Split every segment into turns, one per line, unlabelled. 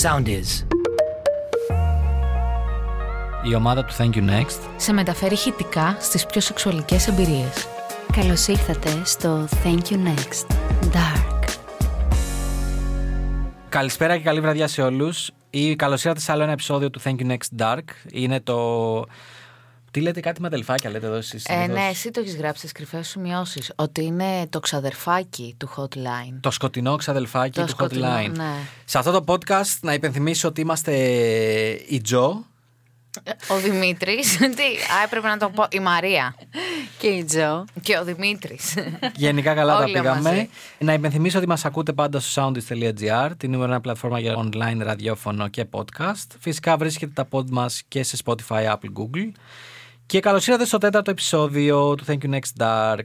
Sound is.
Η ομάδα του Thank You Next
σε μεταφέρει ηχητικά στις πιο σεξουαλικές εμπειρίες.
Καλώς ήρθατε στο Thank You Next. Dark.
Καλησπέρα και καλή βραδιά σε όλους. Ή καλώς ήρθατε σε άλλο ένα επεισόδιο του Thank you Next Dark. Είναι το. Τι λέτε, κάτι με αδελφάκια, λέτε εδώ εσείς.
Ε, ναι, εσύ το έχεις γράψει στι κρυφέ σημειώσει. Ότι είναι το ξαδερφάκι του hotline.
Το σκοτεινό ξαδελφάκι
Το
του
σκοτεινό,
Hotline.
ναι.
Σε αυτό το podcast να υπενθυμίσω ότι είμαστε η Τζο.
Ο Δημήτρης. Τι, α, έπρεπε να το πω. Η Μαρία.
Και η Τζο.
Και ο Δημήτρης.
Γενικά καλά τα
Όλοι
πήγαμε.
μαζί.
Να υπενθυμίσω ότι μας ακούτε πάντα στο soundist.gr, την νούμερο ένα πλατφόρμα για online ραδιόφωνο και podcast. Φυσικά βρίσκεται τα pod μας και σε Spotify, Apple, Google. Και καλώς ήρθατε στο τέταρτο επεισόδιο του Thank you Next Dark.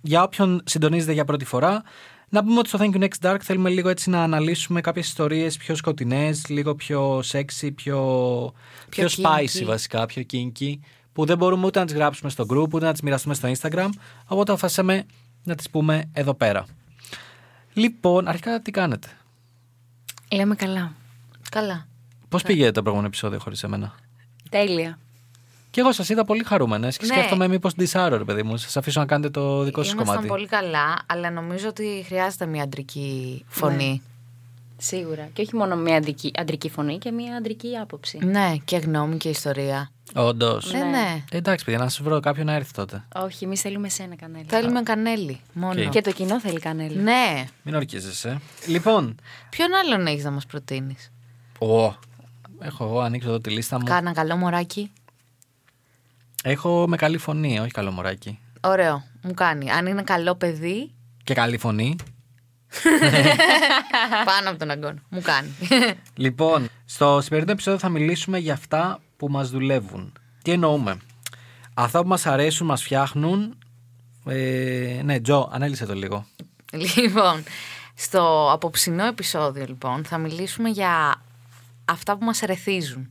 Για όποιον συντονίζεται για πρώτη φορά, να πούμε ότι στο Thank you Next Dark θέλουμε λίγο έτσι να αναλύσουμε κάποιες ιστορίες πιο σκοτεινές, λίγο πιο sexy, πιο, πιο, spicy
kinky.
βασικά, πιο kinky, που δεν μπορούμε ούτε να τις γράψουμε στο group, ούτε να τις μοιραστούμε στο Instagram. Οπότε αποφασίσαμε να τις πούμε εδώ πέρα. Λοιπόν, αρχικά τι κάνετε.
Λέμε καλά.
Καλά.
Πώς
Ε.
πήγε το προηγούμενο επεισόδιο χωρίς εμένα.
Τέλεια.
Και εγώ σας είδα πολύ χαρούμενες και
Ναι.
σκέφτομαι μήπως δυσάρω, ρε παιδί μου. Σας αφήσω να κάνετε το δικό σας
Ήμασταν
κομμάτι.
πολύ καλά, αλλά νομίζω ότι χρειάζεται μια αντρική φωνή.
Σίγουρα. Και όχι μόνο μια αντρική, αντρική φωνή και μια αντρική άποψη.
Ναι, και γνώμη και ιστορία.
Όντως.
Ναι, ναι.
Εντάξει, παιδιά, να σας βρω κάποιον να έρθει τότε.
Όχι, εμείς θέλουμε σένα, Κανέλη.
Θέλουμε κανέλη μόνο.
Οκ.
Και το κοινό θέλει Κανέλη.
Ναι.
Μην ορκίζεσαι. Λοιπόν.
Ποιον άλλον έχεις να μας προτείνεις.
Ω, έχω εγώ ανοίξω εδώ τη λίστα μου.
Κάνα καλό μωράκι.
Έχω με καλή φωνή, όχι καλό μωράκι.
Ωραίο. Μου κάνει. Αν είναι καλό παιδί,
Και καλή φωνή.
πάνω από τον αγκόν. Μου κάνει.
Λοιπόν, στο σημερινό επεισόδιο θα μιλήσουμε για αυτά που μας δουλεύουν. Τι εννοούμε. Αυτά που μας αρέσουν, μας φτιάχνουν. Ε, ναι, Τζο, ανέλησε το λίγο.
λοιπόν, στο απόψινό επεισόδιο, λοιπόν, θα μιλήσουμε για αυτά που μας ερεθίζουν.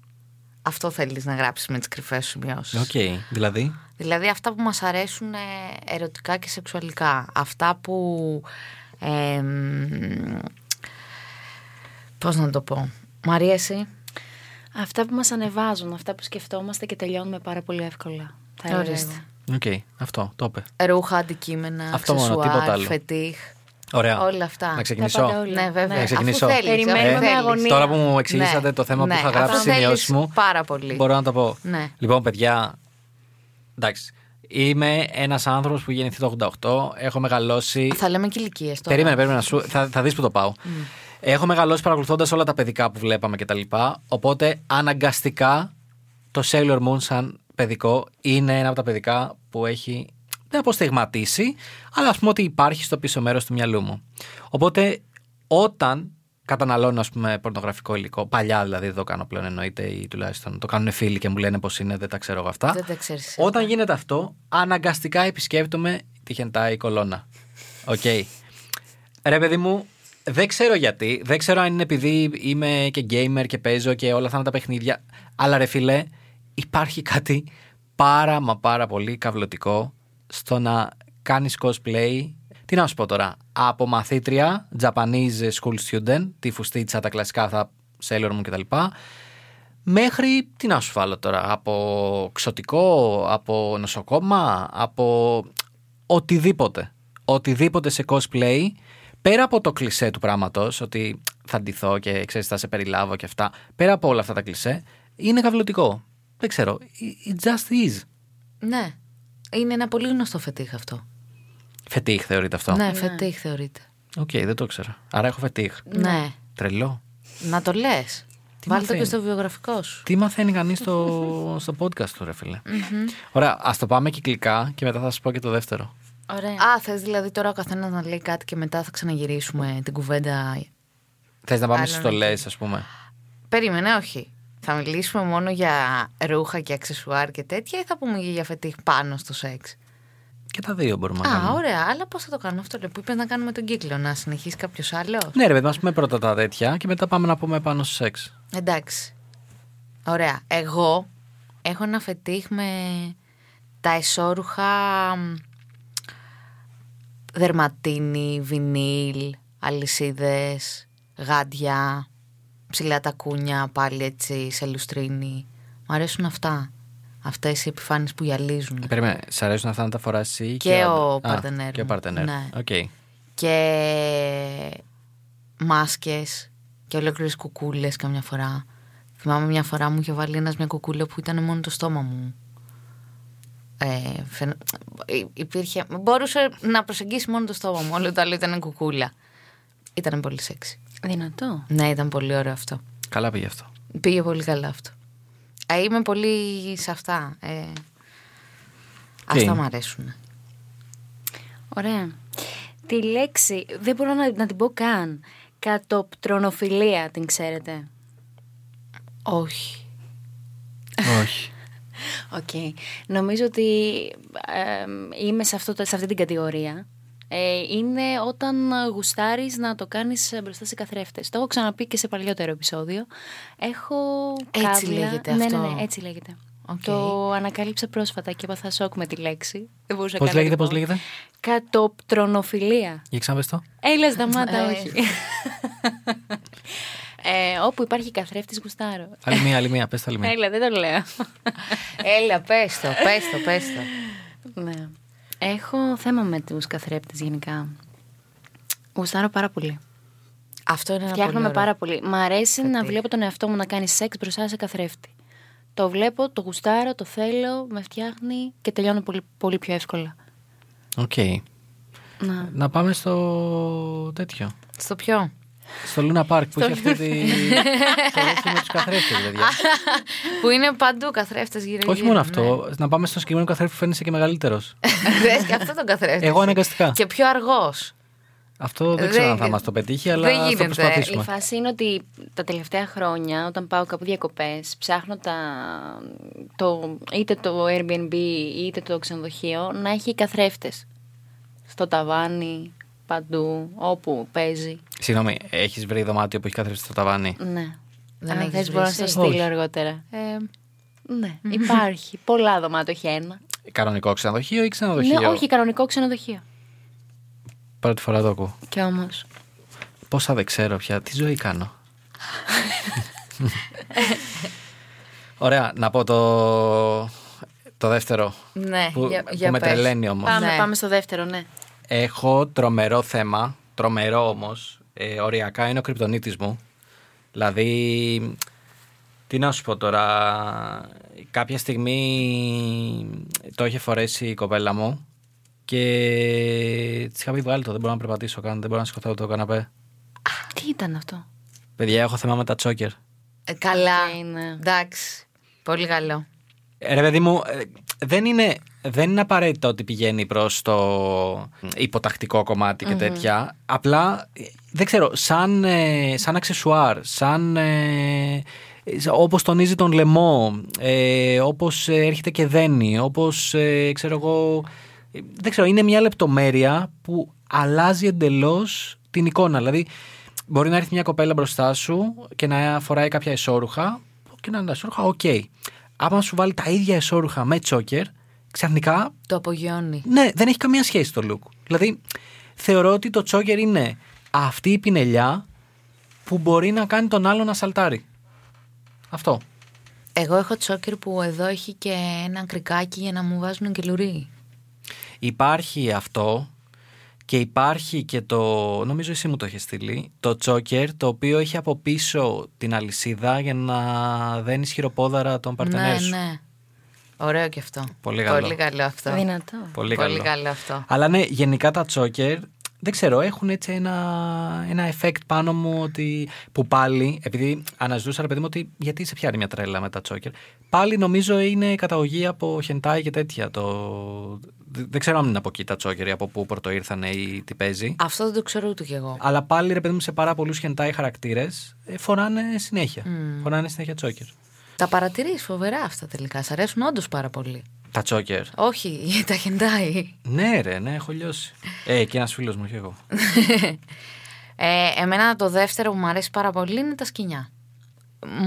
Αυτό θέλεις να γράψεις με τις κρυφές σου σημειώσεις.
Οκ, δηλαδή.
Δηλαδή αυτά που μας αρέσουν ε, ερωτικά και σεξουαλικά. Αυτά που... Ε, μ, πώς να το πω. Μαρία εσύ.
Αυτά που μας ανεβάζουν, αυτά που σκεφτόμαστε και τελειώνουμε πάρα πολύ εύκολα. Θα έλεγα
Ορίστε.
εγώ.
Οκ, αυτό, το είπε.
Ρούχα, αντικείμενα,
Αυτό μόνο,
αξεσουάρ,
τίποτα άλλο.
φετίχ.
Ωραία.
Όλα αυτά.
Να
Τα
ξεκινήσω.
πάντα όλα.
Ναι, βέβαια.
Να ξεκινήσω.
Αφού θέλεις,
Περιμένουμε
αφού θέλεις.
αγωνία.
Τώρα που μου εξηγήσατε το θέμα που
ναι,
είχα γράψει
αφού
στι σημειώσει
θέλεις
μου.
Πάρα πολύ.
Μπορώ να το πω.
Ναι.
Λοιπόν, παιδιά. Εντάξει. Είμαι ένας άνθρωπος που γεννηθεί το 88. Έχω μεγαλώσει.
Θα λέμε και ηλικίες τώρα.
Περίμενε, περίμενε. να Σου, θα, θα δεις που το πάω. Έχω μεγαλώσει παρακολουθώντας όλα τα παιδικά που βλέπαμε κτλ. Οπότε αναγκαστικά το Sailor Moon σαν παιδικό είναι ένα από τα παιδικά που έχει δεν αποστεγματίσει, αλλά ας πούμε ότι υπάρχει στο πίσω μέρος του μυαλού μου. Οπότε όταν καταναλώνω ας πούμε πορνογραφικό υλικό, παλιά δηλαδή δεν το κάνω πλέον εννοείται ή τουλάχιστον το κάνουν φίλοι και μου λένε πως είναι, δεν τα ξέρω εγώ αυτά.
Δεν τα ξέρεις.
Όταν γίνεται αυτό, αναγκαστικά επισκέπτομαι τη χεντάη κολόνα. Οκ. Ρε παιδί μου, δεν ξέρω γιατί. Δεν ξέρω αν είναι επειδή είμαι και gamer και παίζω και όλα αυτά είναι τα παιχνίδια. Αλλά ρε φίλε, υπάρχει κάτι πάρα μα πάρα πολύ καυλωτικό στο να κάνεις cosplay. Τι να σου πω τώρα. Από μαθήτρια, Japanese school student, τη φουστίτσα, τα κλασικά αυτά, Sailor Moon κτλ. Μέχρι, τι να σου βάλω τώρα, από ξωτικό, από νοσοκόμα, από οτιδήποτε. Οτιδήποτε σε cosplay, πέρα από το κλισέ του πράγματος, ότι θα ντυθώ και ξέρεις θα σε περιλάβω και αυτά, πέρα από όλα αυτά τα κλισέ, είναι καυλωτικό. Δεν ξέρω, it it just is.
Ναι. Είναι ένα πολύ γνωστό φετίχ αυτό.
Φετίχ θεωρείται αυτό.
Ναι, φετίχ θεωρείται.
Οκ, δεν το ξέρω. Άρα έχω φετίχ.
Ναι.
Τρελό.
Να το λες.
Τι
Βάλτε το
μαθαίνει.
και στο βιογραφικό σου.
Τι μαθαίνει κανείς στο, στο podcast του, ρε φιλε Ωραία, ας το πάμε κυκλικά και μετά θα σας πω και το δεύτερο.
Ωραία.
Α, θες δηλαδή τώρα ο καθένας να λέει κάτι και μετά θα ξαναγυρίσουμε την κουβέντα.
Θες να πάμε
Άλλο
στι
να
στολέ, ας πούμε.
Περίμενε, όχι. Θα μιλήσουμε μόνο για ρούχα και αξεσουάρ και τέτοια ή θα πούμε και για φετίχ πάνω στο σεξ.
Και τα δύο μπορούμε να
Α,
κάνουμε.
ωραία. Αλλά πώς θα το κάνω αυτό, ρε, που είπες να κάνουμε τον κύκλο, να συνεχίσει κάποιος άλλος.
Ναι, ρε παιδί, ας πούμε πρώτα τα τέτοια και μετά πάμε να πούμε πάνω στο σεξ.
Εντάξει. Ωραία. Εγώ έχω ένα φετίχ με τα εσώρουχα μ, δερματίνη, βινίλ, αλυσίδες, γάντια, ψηλά τα κούνια, πάλι έτσι σε λουστρίνη. Μ' αρέσουν αυτά. Αυτές οι επιφάνειες που γυαλίζουν.
Περίμενε, σ' αρέσουν αυτά να τα φορά εσύ
Και ο
άντρα. Α,
παρτενέρ μου.
Και ο παρτενέρ.
Ναι.
Οκ.
Και μάσκες και ολόκληρες κουκούλες καμιά φορά. Θυμάμαι μια φορά μου είχε βάλει ένας μια κουκούλα που ήταν μόνο το στόμα μου. Ε, φαινο- υ- Υπήρχε. Μπορούσε να προσεγγίσει μόνο το στόμα μου. Όλο το άλλο ήταν κουκούλα. Ήταν πολύ σεξι.
Δυνατό.
Ναι, ήταν πολύ ωραίο αυτό.
Καλά πήγε αυτό.
Πήγε πολύ καλά αυτό. Ε, είμαι πολύ σε αυτά. Ε, αυτά μου αρέσουν.
Ωραία. Τη λέξη, δεν μπορώ να, να την πω καν. Κατοπτρονοφιλία την ξέρετε.
Όχι.
Όχι.
Οκ. Νομίζω ότι ε, είμαι σε, αυτό, το- σε αυτή την κατηγορία. Ε, είναι όταν γουστάρεις να το κάνεις ε, μπροστά σε καθρέφτες. Το έχω ξαναπεί και σε παλιότερο επεισόδιο. Έχω
Έτσι
καύλα-
λέγεται
ναι,
αυτό.
Ναι, ναι, έτσι λέγεται.
Οκ.
Το ανακάλυψα πρόσφατα και έπαθα σοκ με τη λέξη. Δεν μπορούσα
Πώς
καν να
λέγεται,
την
πώς
πω.
λέγεται.
Κατοπτρονοφιλία.
Για ξαναπε το.
Έλα, σταμάτα,
Ε,
όχι. ε, όπου υπάρχει καθρέφτης γουστάρω.
Άλλη μία, άλλη μία. Πες το άλλη μία.
Έλα, δεν το λέω.
Έλα, πες το, πες το, πες το.
ναι. Έχω θέμα με τους καθρέφτες γενικά. Γουστάρω πάρα πολύ.
Αυτό είναι ένα
Φτιάχνομαι
πολύ ωραίο.
πάρα πολύ. Μ' αρέσει να βλέπω τον εαυτό μου να κάνει σεξ μπροστά σε καθρέφτη. Το βλέπω, το γουστάρω, το θέλω, με φτιάχνει και τελειώνω πολύ, πολύ πιο εύκολα.
Οκ.
Να.
Να πάμε στο τέτοιο.
Στο ποιο.
Στο Λούνα Πάρκ που είχε αυτή τη. Το ρόφι με τους καθρέφτες, παιδιά.
που είναι παντού καθρέφτες γύρω-γύρω.
Όχι μόνο
ναι.
αυτό. Να πάμε στο συγκεκριμένο καθρέφτη που φαίνεσαι και μεγαλύτερος.
Δες και αυτό τον καθρέφτη.
Εγώ αναγκαστικά.
Και πιο αργός.
Αυτό δεν
Ε, Δεν-
ξέρω αν θα μας το πετύχει, αλλά
δεν
θα
γίνεται.
Η
προσπαθήσουμε.
φάση είναι ότι τα τελευταία χρόνια, όταν πάω κάπου διακοπές, ψάχνω τα, το, είτε το Airbnb είτε το ξενοδοχείο να έχει καθρέφτες. Στο ταβάνι, παντού, όπου παίζει.
Συγγνώμη, έχεις βρει δωμάτιο που έχει καθρέφτη στο ταβάνι.
Ναι.
Δεν
Αν
έχεις
θες
βρει
μπορώ να
εσύ.
στο στείλω
Όχι.
αργότερα.
Ε,
Ναι, υπάρχει. Πολλά δωμάτια, όχι ένα.
Κανονικό ξενοδοχείο ή ξενοδοχείο.
Ναι, όχι, κανονικό ξενοδοχείο.
Πρώτη φορά το ακούω.
Κι όμως.
Πόσα δεν ξέρω πια, τι ζωή κάνω. Ωραία, να πω το, το δεύτερο.
ναι,
που,
για,
που
για
με
πες.
τρελαίνει όμως.
Πάμε,
Ναι.
πάμε στο δεύτερο, ναι.
Έχω τρομερό θέμα, τρομερό όμως, ε, οριακά είναι ο κρυπτονίτης μου. Δηλαδή, τι να σου πω τώρα, κάποια στιγμή το είχε φορέσει η κοπέλα μου και της είχα πει βγάλει το, δεν μπορώ να περπατήσω καν, δεν μπορώ να σηκωθώ από το καναπέ.
Τι ήταν αυτό.
Παιδιά, έχω θέμα με τα τσόκερ.
Ε, καλά.
Οκ, ναι.
Εντάξει. Πολύ καλό.
Ε, Ρε παιδί μου, ε, δεν είναι, δεν είναι απαραίτητο ότι πηγαίνει προς το υποτακτικό κομμάτι και τέτοια. Απλά, ε, δεν ξέρω, σαν, ε, σαν αξεσουάρ, σαν... Ε, ε, όπως τονίζει τον λαιμό, ε, όπως ε, έρχεται και δένει, όπως ε, ξέρω εγώ... ε, Δεν ξέρω, είναι μια λεπτομέρεια που αλλάζει εντελώς την εικόνα. Δηλαδή, μπορεί να έρθει μια κοπέλα μπροστά σου και να φοράει κάποια εσώρουχα και να είναι τα εσώρουχα, οκ. Άμα σου βάλει τα ίδια εσώρουχα με τσόκερ, ξαφνικά,
Το απογειώνει.
ναι, δεν έχει καμία σχέση το look. Δηλαδή, θεωρώ ότι το τσόκερ είναι αυτή η πινελιά που μπορεί να κάνει τον άλλο να σαλτάρει. Αυτό.
Εγώ έχω τσόκερ που εδώ έχει και ένα κρικάκι για να μου βάζουν και λουρί.
Υπάρχει αυτό και υπάρχει και το. Νομίζω εσύ μου το είχες στείλει. Το τσόκερ το οποίο έχει από πίσω την αλυσίδα για να δένεις χειροπόδαρα τον παρτενέρ
Ναι,
σου.
ναι. Ωραίο και αυτό.
Πολύ καλό.
Πολύ καλό αυτό.
Δυνατό.
Πολύ,
Πολύ
καλό.
καλό αυτό.
Αλλά ναι, γενικά τα τσόκερ, δεν ξέρω, έχουν έτσι ένα, ένα effect πάνω μου ότι, που πάλι, επειδή αναζητούσα ρε παιδί μου ότι γιατί σε πιάνει μια τρέλα με τα τσόκερ, πάλι νομίζω είναι καταγωγή από χεντάι και τέτοια. Το... δε- Δεν ξέρω αν είναι από εκεί τα τσόκερ ή από πού πρωτοήρθανε ή τι παίζει.
Αυτό δεν το ξέρω ούτε κι εγώ.
Αλλά πάλι ρε παιδί μου σε πάρα πολλούς χεντάι χαρακτήρες ε, φοράνε συνέχεια. Φοράνε συνέχεια τσόκερ.
Τα παρατηρείς φοβερά αυτά τελικά. Σ' αρέσουν όντως πάρα πολύ.
Τα τσόκερ.
Όχι, τα χεντάει.
Ναι, ρε, ναι, έχω λιώσει. Ε, και ένας φίλος μου, όχι εγώ.
Ε, εμένα το δεύτερο που μου αρέσει πάρα πολύ είναι τα σκοινιά.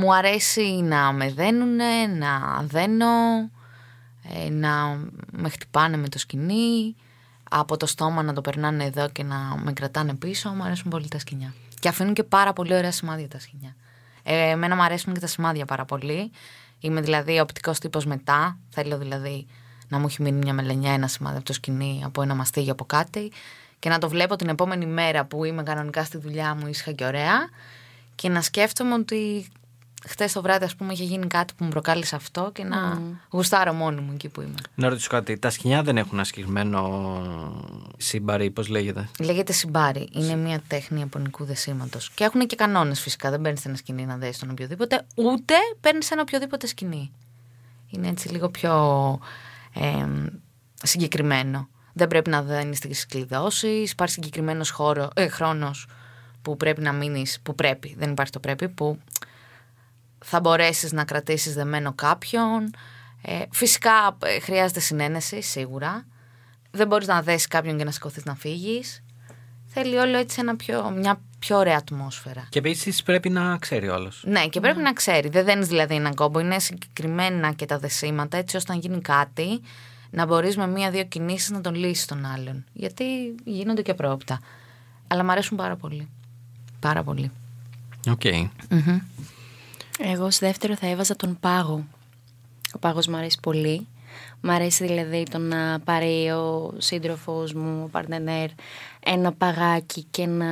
Μου αρέσει να με δένουνε, να δένω, ε, να με χτυπάνε με το σκοινί, από το στόμα να το περνάνε εδώ και να με κρατάνε πίσω. Μου αρέσουν πολύ τα σκοινιά. Και αφήνουν και πάρα πολύ ωραία σημάδια τα σκοινιά. Ε, εμένα μου αρέσουν και τα σημάδια πάρα πολύ. Είμαι δηλαδή οπτικός τύπος μετά. Θέλω δηλαδή να μου έχει μείνει μια μελενιά, ένα σημάδι από το σκηνή, από ένα μαστίγιο, από κάτι. Και να το βλέπω την επόμενη μέρα που είμαι κανονικά στη δουλειά μου, ήσυχα και ωραία. Και να σκέφτομαι ότι χτε το βράδυ, ας πούμε, είχε γίνει κάτι που μου προκάλεσε αυτό και να γουστάρω μόνη μου εκεί που είμαι.
Να ρωτήσω κάτι. Τα σκοινιά δεν έχουν ασκηγμένο σύμπαρη, πώς λέγεται.
Λέγεται συμπάρι. Είναι μια τέχνη ιαπωνικού δεσίματος. Και έχουν και κανόνες φυσικά. Δεν παίρνεις ένα σκηνή να δέσει τον οποιοδήποτε, ούτε παίρνεις ένα οποιοδήποτε σκηνή. Είναι έτσι λίγο πιο ε, συγκεκριμένο. Δεν πρέπει να δένεις τις κλειδώσεις. Υπάρχει συγκεκριμένος ε, χρόνος που πρέπει να μείνεις. Που πρέπει. Δεν υπάρχει το πρέπει. Που θα μπορέσεις να κρατήσεις δεμένο κάποιον. Ε, φυσικά ε, χρειάζεται συνένεση, σίγουρα. Δεν μπορείς να δέσεις κάποιον και να σηκωθείς να φύγεις. Θέλει όλο έτσι ένα πιο, μια πιο ωραία ατμόσφαιρα.
Και επίσης πρέπει να ξέρει όλος.
Ναι, και πρέπει να ξέρει. Δεν δένεις δηλαδή έναν κόμπο. Είναι συγκεκριμένα και τα δεσίματα, έτσι ώστε να γίνει κάτι, να μπορείς με μία-δύο κινήσεις να τον λύσεις τον άλλον. Γιατί γίνονται και πρόοπτα. Αλλά μου αρέσουν πάρα πολύ. Πάρα πολύ.
Οκ. Ε,
Μμμ.
Εγώ ως δεύτερο θα έβαζα τον πάγο. Ο πάγος μου αρέσει πολύ. Μ' αρέσει δηλαδή το να πάρει ο σύντροφος μου, ο παρτενέρ, ένα παγάκι και να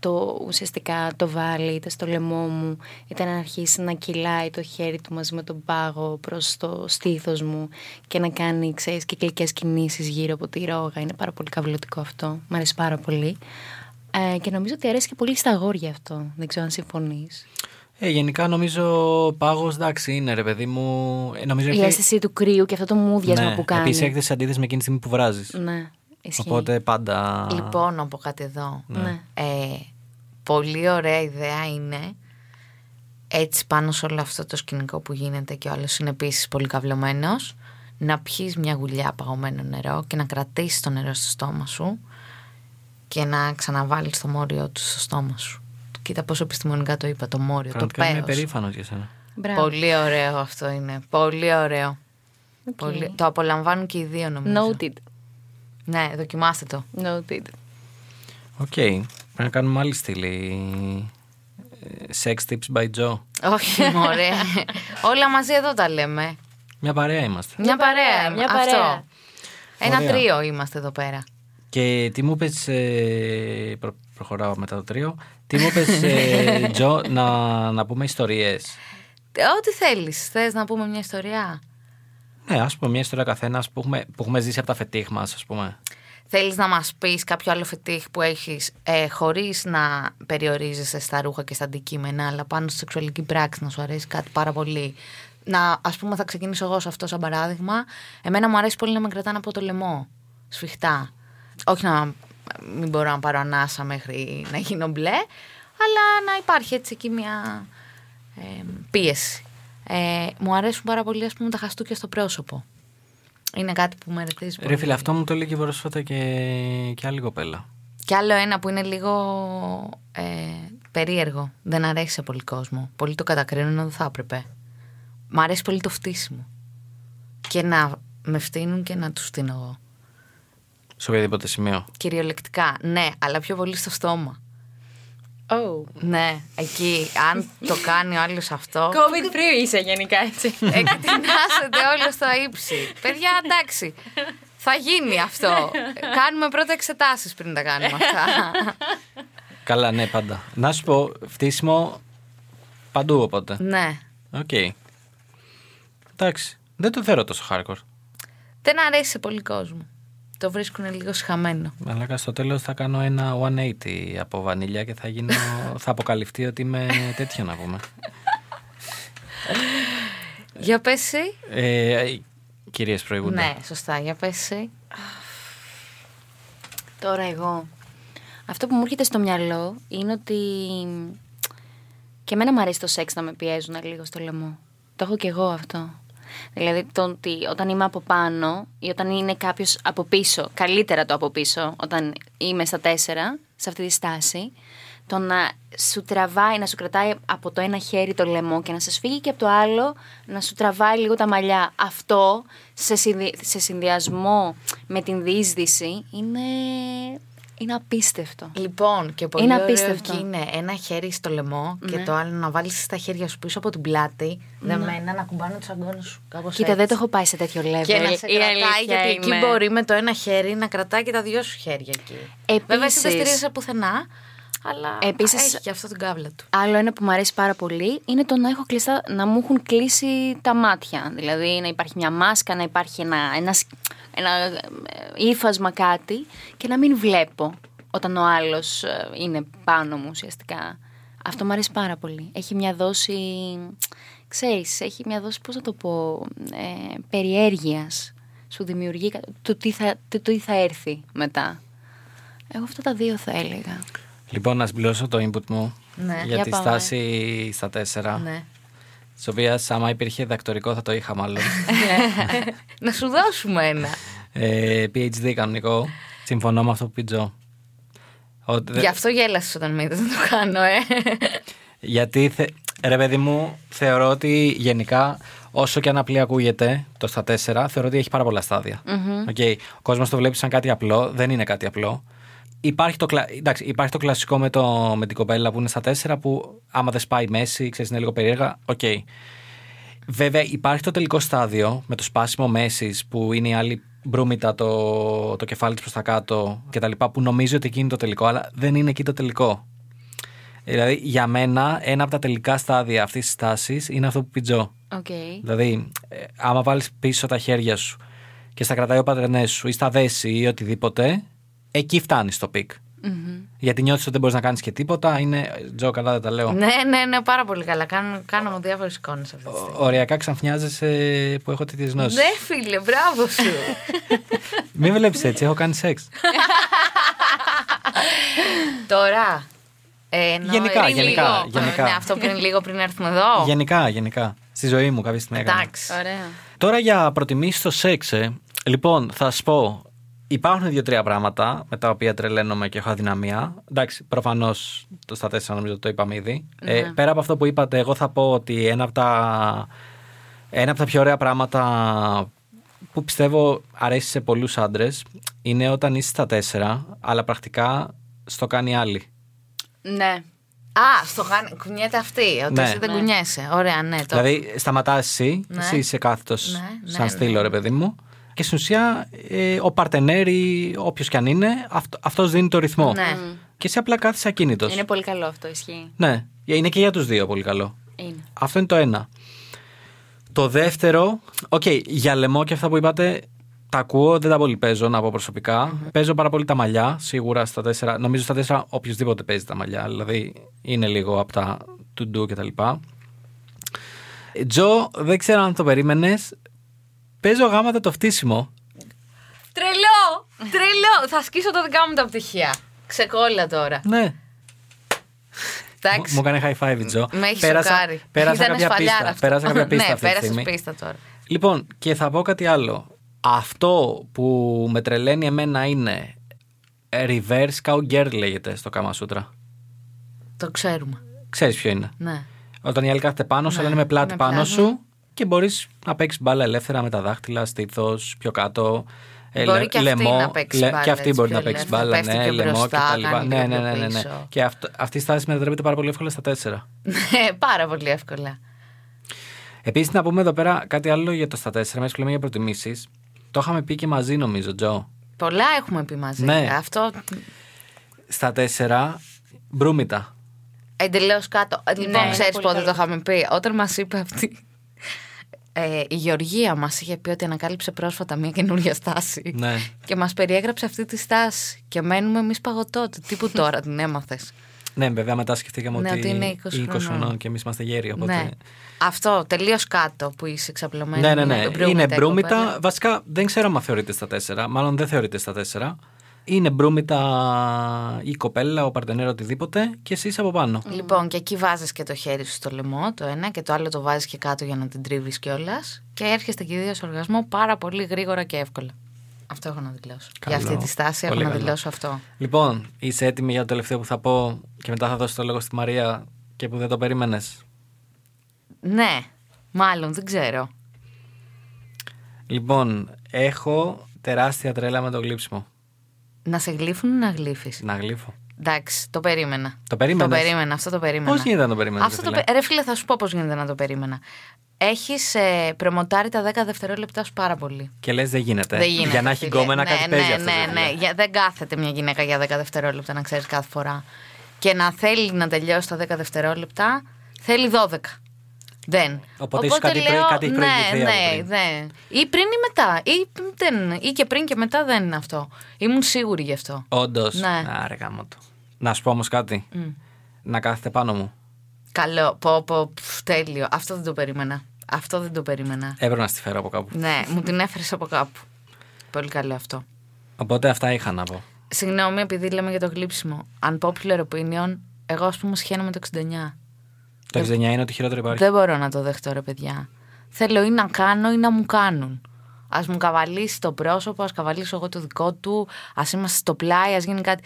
το ουσιαστικά το βάλει είτε στο λαιμό μου, είτε να αρχίσει να κυλάει το χέρι του μαζί με τον πάγο προς το στήθος μου και να κάνει, ξέρεις, κυκλικές κινήσεις γύρω από τη ρόγα. Είναι πάρα πολύ καυλωτικό αυτό. Μ' αρέσει πάρα πολύ. Ε, και νομίζω ότι αρέσει και πολύ στα αγόρια αυτό. Δεν ξέρω αν συμφωνείς.
Ε, γενικά νομίζω πάγος εντάξει είναι ρε παιδί μου. Ε, νομίζω
Η αίσθηση του κρύου και αυτό το
Ναι,
μουδιασμό που κάνει.
Επίσης έρχεται σε αντίθεση με εκείνη τη στιγμή που βράζεις.
Ναι, ισχύει.
Οπότε πάντα.
Λοιπόν, να πω κάτι εδώ.
Ναι.
Ε, πολύ ωραία ιδέα είναι έτσι πάνω σε όλο αυτό το σκηνικό που γίνεται και ο άλλος είναι επίσης πολύ καυλωμένος να πιεις μια γουλιά παγωμένο νερό και να κρατήσεις το νερό στο στόμα σου και να ξαναβάλεις το μόριο του στο στόμα σου. Κοίτα πόσο επιστημονικά το είπα, το μόριο,
Πραγματικά είμαι
το πέος.
περήφανο για σένα.
Μπράβο.
Πολύ ωραίο αυτό είναι. Πολύ ωραίο.
Οκ.
Πολύ... Το απολαμβάνουν και οι δύο νομίζω.
Noted.
Ναι, δοκιμάστε το.
Noted.
Οκ. Πρέπει να κάνουμε άλλη στήλη. Ε, Sex tips by Joe.
Όχι, μωρέ. Όλα μαζί εδώ τα λέμε.
Μια παρέα είμαστε.
Μια παρέα.
παρέα, μια
αυτό.
παρέα.
Ένα
Ωραία.
τρίο είμαστε εδώ πέρα.
Και τι μου είπες, ε, προ- προχωράω μετά το τρίο. Τι μου είπες, ε, Τζο, να, να πούμε ιστορίες.
Ό,τι θέλεις. Θες να πούμε μια ιστορία.
Ναι, ας πούμε μια ιστορία καθένα που, έχουμε- που έχουμε ζήσει από τα φετίχ μας, ας πούμε.
Θέλεις να μας πεις κάποιο άλλο φετίχ που έχεις ε, χωρίς να περιορίζεσαι στα ρούχα και στα αντικείμενα, αλλά πάνω στη σεξουαλική πράξη να σου αρέσει κάτι πάρα πολύ. Να, ας πούμε, θα ξεκινήσω εγώ σε αυτό σαν παράδειγμα. Εμένα μου αρέσει πολύ να με κρατάνε από το λαιμό. Σφιχτά. Όχι να μην μπορώ να πάρω ανάσα μέχρι να γίνω μπλε, αλλά να υπάρχει έτσι εκεί μια ε, πίεση. Ε, μου αρέσουν πάρα πολύ, ας πούμε, τα χαστούκια στο πρόσωπο. Είναι κάτι που με ρεθίζει πολύ.
Ρε φίλε, αυτό μου το λέει και πρόσφατα και, και άλλη κοπέλα.
Και άλλο ένα που είναι λίγο ε, περίεργο. Δεν αρέσει σε πολύ κόσμο. Πολλοί το κατακρίνουν ενώ δεν θα έπρεπε. Μ' αρέσει πολύ το φτύσιμο. Και να με φτύνουν και να τους φτύνω εγώ.
Σε οποιοδήποτε σημείο.
Κυριολεκτικά, ναι, αλλά πιο πολύ στο στόμα.
Oh.
Ναι, εκεί, αν το κάνει ο άλλος αυτό.
COVID free είσαι γενικά έτσι.
Εκτινάσετε όλο στο ύψη. Παιδιά, εντάξει. Θα γίνει αυτό. Κάνουμε πρώτα εξετάσεις πριν τα κάνουμε αυτά.
Καλά, ναι, πάντα. Να σου πω, φτύσιμο παντού οπότε.
ναι.
Οκ. Εντάξει. Δεν το θεωρώ τόσο hardcore.
Δεν αρέσει σε πολύ κόσμο. Το βρίσκουν λίγο σχαμένο.
Αλλά στο τέλος θα κάνω ένα 180 από βανίλια και θα, γίνω, θα αποκαλυφθεί ότι είμαι τέτοιο να πούμε.
Για πες εσύ.
Ε, Κυρίες προηγούνται.
Ναι, σωστά, για πες εσύ.
Τώρα εγώ. Αυτό που μου έρχεται στο μυαλό είναι ότι και εμένα μου αρέσει το σεξ να με πιέζουν λίγο στο λαιμό. Το έχω και εγώ αυτό. Δηλαδή το ότι όταν είμαι από πάνω ή όταν είναι κάποιος από πίσω, καλύτερα το από πίσω, όταν είμαι στα τέσσερα, σε αυτή τη στάση, το να σου τραβάει, να σου κρατάει από το ένα χέρι το λαιμό και να σε σφίγγει και από το άλλο να σου τραβάει λίγο τα μαλλιά. Αυτό σε, συνδυ- σε συνδυασμό με την διείσδυση είναι Είναι απίστευτto.
Λοιπόν, και πολύ
Είναι
ωραίο
απίστευτο.
και είναι ένα χέρι στο λαιμό και
Ναι.
το άλλο να βάλεις τα χέρια σου πίσω από την πλάτη, δεμένα να κουμπάνε τους αγκώνες σου. Κάπως
Κοίτα,
έτσι.
δεν το έχω πάει σε τέτοιο level.
Και να σε
Η αλήθεια
κρατάει, γιατί εκεί
είναι-
μπορεί με το ένα χέρι να κρατάει και τα δυο σου χέρια εκεί. Βέβαια, εσύ δεν
Επίσης-
στηρίζεσαι πουθενά, αλλά
Επίσης-
έχει και αυτό την κάβλα του.
Άλλο ένα που μου αρέσει πάρα πολύ είναι το να, έχω κλειστά, να μου έχουν κλείσει τα μάτια. Δηλαδή να υπάρχει μια μάσκα, να υπάρχει ένα, ένας, σ- ένα ε, ύφασμα κάτι και να μην βλέπω όταν ο άλλος ε, είναι πάνω μου ουσιαστικά. Αυτό μου αρέσει πάρα πολύ. Έχει μια δόση, ξέρεις, έχει μια δόση, πώς να το πω, ε, περιέργειας. Σου δημιουργεί κα- το τι, θα, το τι θα έρθει μετά. Εγώ αυτά τα δύο θα έλεγα.
Λοιπόν, να συμπληρώσω το input μου
Ναι,
για,
για
τη
πάμε.
στάση στα τέσσερα.
Ναι.
Της οποίας, άμα υπήρχε δακτορικό, θα το είχα μάλλον.
να σου δώσουμε ένα.
ε, PhD κανονικό. Συμφωνώ με αυτό που πει Τζο. Ότι δε-
Γι' αυτό γέλασες όταν με είδες να το κάνω, ε.
Γιατί, θε... ρε παιδί μου, θεωρώ ότι γενικά, όσο και αν απλή ακούγεται το στα τέσσερα, θεωρώ ότι έχει πάρα πολλά στάδια. Οκ. Ο κόσμος το βλέπει σαν κάτι απλό, δεν είναι κάτι απλό. Υπάρχει το, κλα... εντάξει, υπάρχει το κλασικό με, το... με την κοπέλα που είναι στα τέσσερα, που άμα δεν σπάει μέση, ξέρεις, είναι λίγο περίεργα. Οκ. Βέβαια, υπάρχει το τελικό στάδιο με το σπάσιμο μέσης που είναι η άλλη μπρούμητα το, το κεφάλι της προς τα κάτω κτλ. που νομίζω ότι εκεί είναι το τελικό, αλλά δεν είναι εκεί το τελικό. Δηλαδή, για μένα, ένα από τα τελικά στάδια αυτής της τάση είναι αυτό που πει Τζο.
Οκ.
Δηλαδή, ε, άμα βάλεις πίσω τα χέρια σου και στα κρατάει ο πατρενές σου ή στα δέσει ή οτιδήποτε, εκεί φτάνει στο πικ. Γιατί νιώθεις ότι δεν μπορείς να κάνεις και τίποτα. Είναι. Τζο, καλά δεν τα λέω.
ναι, ναι, ναι, πάρα πολύ καλά. Κάνω, κάνω μου διάφορες εικόνες αυτή τη στιγμή.
Ο- Οριακά ξαφνιάζεσαι που έχω τέτοιες γνώσει.
Ναι, φίλε, μπράβο σου.
Μην βλέπεις έτσι, έχω κάνει σεξ.
Τώρα. Ε, εννοώ
Γενικά,
πριν
γενικά,
λίγο.
γενικά.
Ναι, αυτό πριν λίγο, πριν έρθουμε εδώ.
γενικά, γενικά. Στη ζωή μου κάποια στιγμή έκανα.
Εντάξει.
Ωραία.
Τώρα για προτιμήσεις στο σεξ. ε. Λοιπόν, θα σου πω. Υπάρχουν δύο-τρία πράγματα με τα οποία τρελαίνομαι και έχω αδυναμία. Εντάξει, προφανώς στα τέσσερα νομίζω το είπαμε ήδη. Ε, πέρα από αυτό που είπατε, εγώ θα πω ότι ένα από τα, ένα από τα πιο ωραία πράγματα που πιστεύω αρέσει σε πολλούς άντρες είναι όταν είσαι στα τέσσερα, αλλά πρακτικά στο κάνει άλλη.
Ναι.
Α, στο γάν... κουνιέται αυτή. Ότι
Ναι.
εσύ δεν κουνιέσαι. Ωραία, ναι. Το...
Δηλαδή, σταματάς εσύ, εσύ είσαι κάθετος
Ναι, ναι,
σαν
ναι.
στήλο, ρε παιδί μου. Και στην ουσία, ε, ο παρτενέρι, όποιος κι αν είναι, αυτό αυτός δίνει το ρυθμό.
Ναι.
Και εσύ απλά κάθεσαι ακίνητος.
Είναι πολύ καλό αυτό, ισχύει.
Ναι, είναι και για τους δύο πολύ καλό.
Είναι.
Αυτό είναι το ένα. Το δεύτερο, οκ, για λαιμό και αυτά που είπατε, τα ακούω, δεν τα πολύ παίζω να πω προσωπικα Παίζω πάρα πολύ τα μαλλιά, σίγουρα στα τέσσερα. Νομίζω στα τέσσερα οποιοδήποτε παίζει τα μαλλιά. Δηλαδή είναι λίγο από τα του ντου κτλ. Τζο, δεν ξέρω αν το περίμενες. Παίζω γάματα το φτύσιμο.
Τρελό! Τρελό! Θα σκίσω τα δικά μου τα πτυχία. Ξεκόλα τώρα.
Ναι. Μου,
Εντάξει.
μου έκανε high five, η Τζο.
Με έχει
Πέρασα-
σοκάρει.
Πέρασα
Ήταν
κάποια
σφαλιάρα
πίστα.
αυτό.
Πέρασα κάποια πίστα
ναι,
αυτή τη
πέρασες
στιγμή.
πίστα τώρα.
Λοιπόν, και θα πω κάτι άλλο. Αυτό που με τρελαίνει εμένα είναι reverse cowgirl λέγεται στο Kama Sutra.
Το ξέρουμε.
Ξέρεις ποιο είναι.
Ναι.
Όταν οι άλλοι κάθεται πάνω σου, αλλά είναι με πλάτη πάνω σου και μπορείς να παίξεις μπάλα ελεύθερα με τα δάχτυλα, στήθος, πιο κάτω. ε,
Μπορεί
λε-
και αυτή να παίξει μπάλα,
και αυτή
έτσι,
μπορεί
πιο
να παίξει
ελεύθερα.
μπάλα,
Πέφτει
ναι,
πιο
λαιμό και
μπροστά,
τα λοιπά.
κάνει
Ναι,
λίγο
ναι, ναι,
πιο
ναι, ναι.
πίσω.
Και αυτό- αυτή η στάση μετατρέπεται πάρα πολύ εύκολα στα τέσσερα.
Ναι, πάρα πολύ εύκολα.
Επίσης, να πούμε εδώ πέρα κάτι άλλο για το στα 4, μέσα που λέμε για προτιμήσεις. Το είχαμε πει και μαζί, νομίζω, Τζο.
Πολλά έχουμε πει μαζί.
Ναι.
Αυτό
Στα 4, μπρούμητα.
εντελώς κάτω. Ε, Λοιπόν,
είναι
ξέρει
Ναι, πολύ
πότε
καλό.
το είχαμε πει. Όταν μας είπε αυτή. Ε, η Γεωργία μας είχε πει ότι ανακάλυψε πρόσφατα μία καινούργια στάση.
Ναι.
Και μας περιέγραψε αυτή τη στάση. Και μένουμε εμείς παγωτό. Τι τύπου τώρα την έμαθες.
Ναι, βέβαια, μετά σκεφτήκαμε
Ναι,
ότι
ότι είναι 20
είναι 20
χρονών.
χρονών και εμείς είμαστε γέροι. Οπότε...
Ναι. Αυτό, τελείως κάτω που είσαι ξαπλωμένη.
Ναι, ναι, ναι.
το
Είναι
η κοπέλα.
μπρούμητα. Βασικά δεν ξέρω αν θεωρείται στα τέσσερα. Μάλλον δεν θεωρείται στα τέσσερα. Είναι μπρούμητα η κοπέλα, ο παρτενέρο, οτιδήποτε και εσύ είσαι από πάνω.
Λοιπόν, και εκεί βάζεις και το χέρι σου στο λαιμό, το ένα, και το άλλο το βάζεις και κάτω για να την τρίβεις κιόλας. Και έρχεστε και οι δύο σε οργασμό πάρα πολύ γρήγορα και εύκολα. Αυτό έχω να δηλώσω.
Καλό.
Για αυτή τη στάση
Πολύ
έχω να
καλό.
δηλώσω αυτό.
Λοιπόν, είσαι έτοιμη για το τελευταίο που θα πω και μετά θα δώσω το λόγο στη Μαρία και που δεν το περίμενες.
Ναι, μάλλον δεν ξέρω.
Λοιπόν, έχω τεράστια τρέλα με το γλύψιμο.
Να σε γλύφουν ή να γλύφεις.
Να γλύφω.
Εντάξει, το περίμενα.
Το περίμενες?
Το περίμενα, αυτό το περίμενα.
Πώς γίνεται να το περίμενες,
Αυτό
ρε
το...
φίλε?
πε- Ρε φίλε, θα σου πω πώς γίνεται να το περίμενα. Έχεις ε, πρεμοντάρει τα 10 δευτερόλεπτά σου πάρα πολύ.
Και λες δεν γίνεται.
Δεν γίνεται.
Για να έχει
φίλε.
γκόμενα
ναι,
κάτι
ναι,
παίζει
ναι,
αυτό.
Ναι, ναι. Για- Δεν κάθεται μια γυναίκα για 10 δευτερόλεπτα, να ξέρεις κάθε φορά. Και να θέλει να τελειώσει τα 10 δευτερόλεπτα, θέλει 12. Δεν.
Οπότε ίσως κάτι πρέ- κάτι έχει
ναι,
προηγηθεί από
ναι,
πριν.
ναι. Ή πριν ή μετά. Ή, δεν, ή και πριν και μετά δεν είναι αυτό. Ήμουν σίγουρη γι' αυτό.
Όντως.
Ναι.
Άρα γάμο του. Να σου πω όμως κάτι. Να κάθεται πάνω μου.
Καλό. Πω, πω, πφ, τέλειο. Αυτό δεν το περίμενα. Αυτό δεν το περίμενα.
Έπρεπε να στη φέρω από κάπου.
ναι, μου την έφερες από κάπου. Πολύ καλό αυτό.
Οπότε αυτά είχα να πω.
Συγγνώμη, επειδή λέμε για το γλύψιμο. Unpopular opinion, εγώ ας πούμε σχένω με το 69. Ε,
Το 69 είναι ότι χειρότερο υπάρχει.
Δεν μπορώ να το δεχτώ, ρε παιδιά. Θέλω ή να κάνω ή να μου κάνουν. Ας μου καβαλήσει το πρόσωπο, ας καβαλήσω εγώ το δικό του, ας είμαστε στο πλάι, ας γίνει κάτι.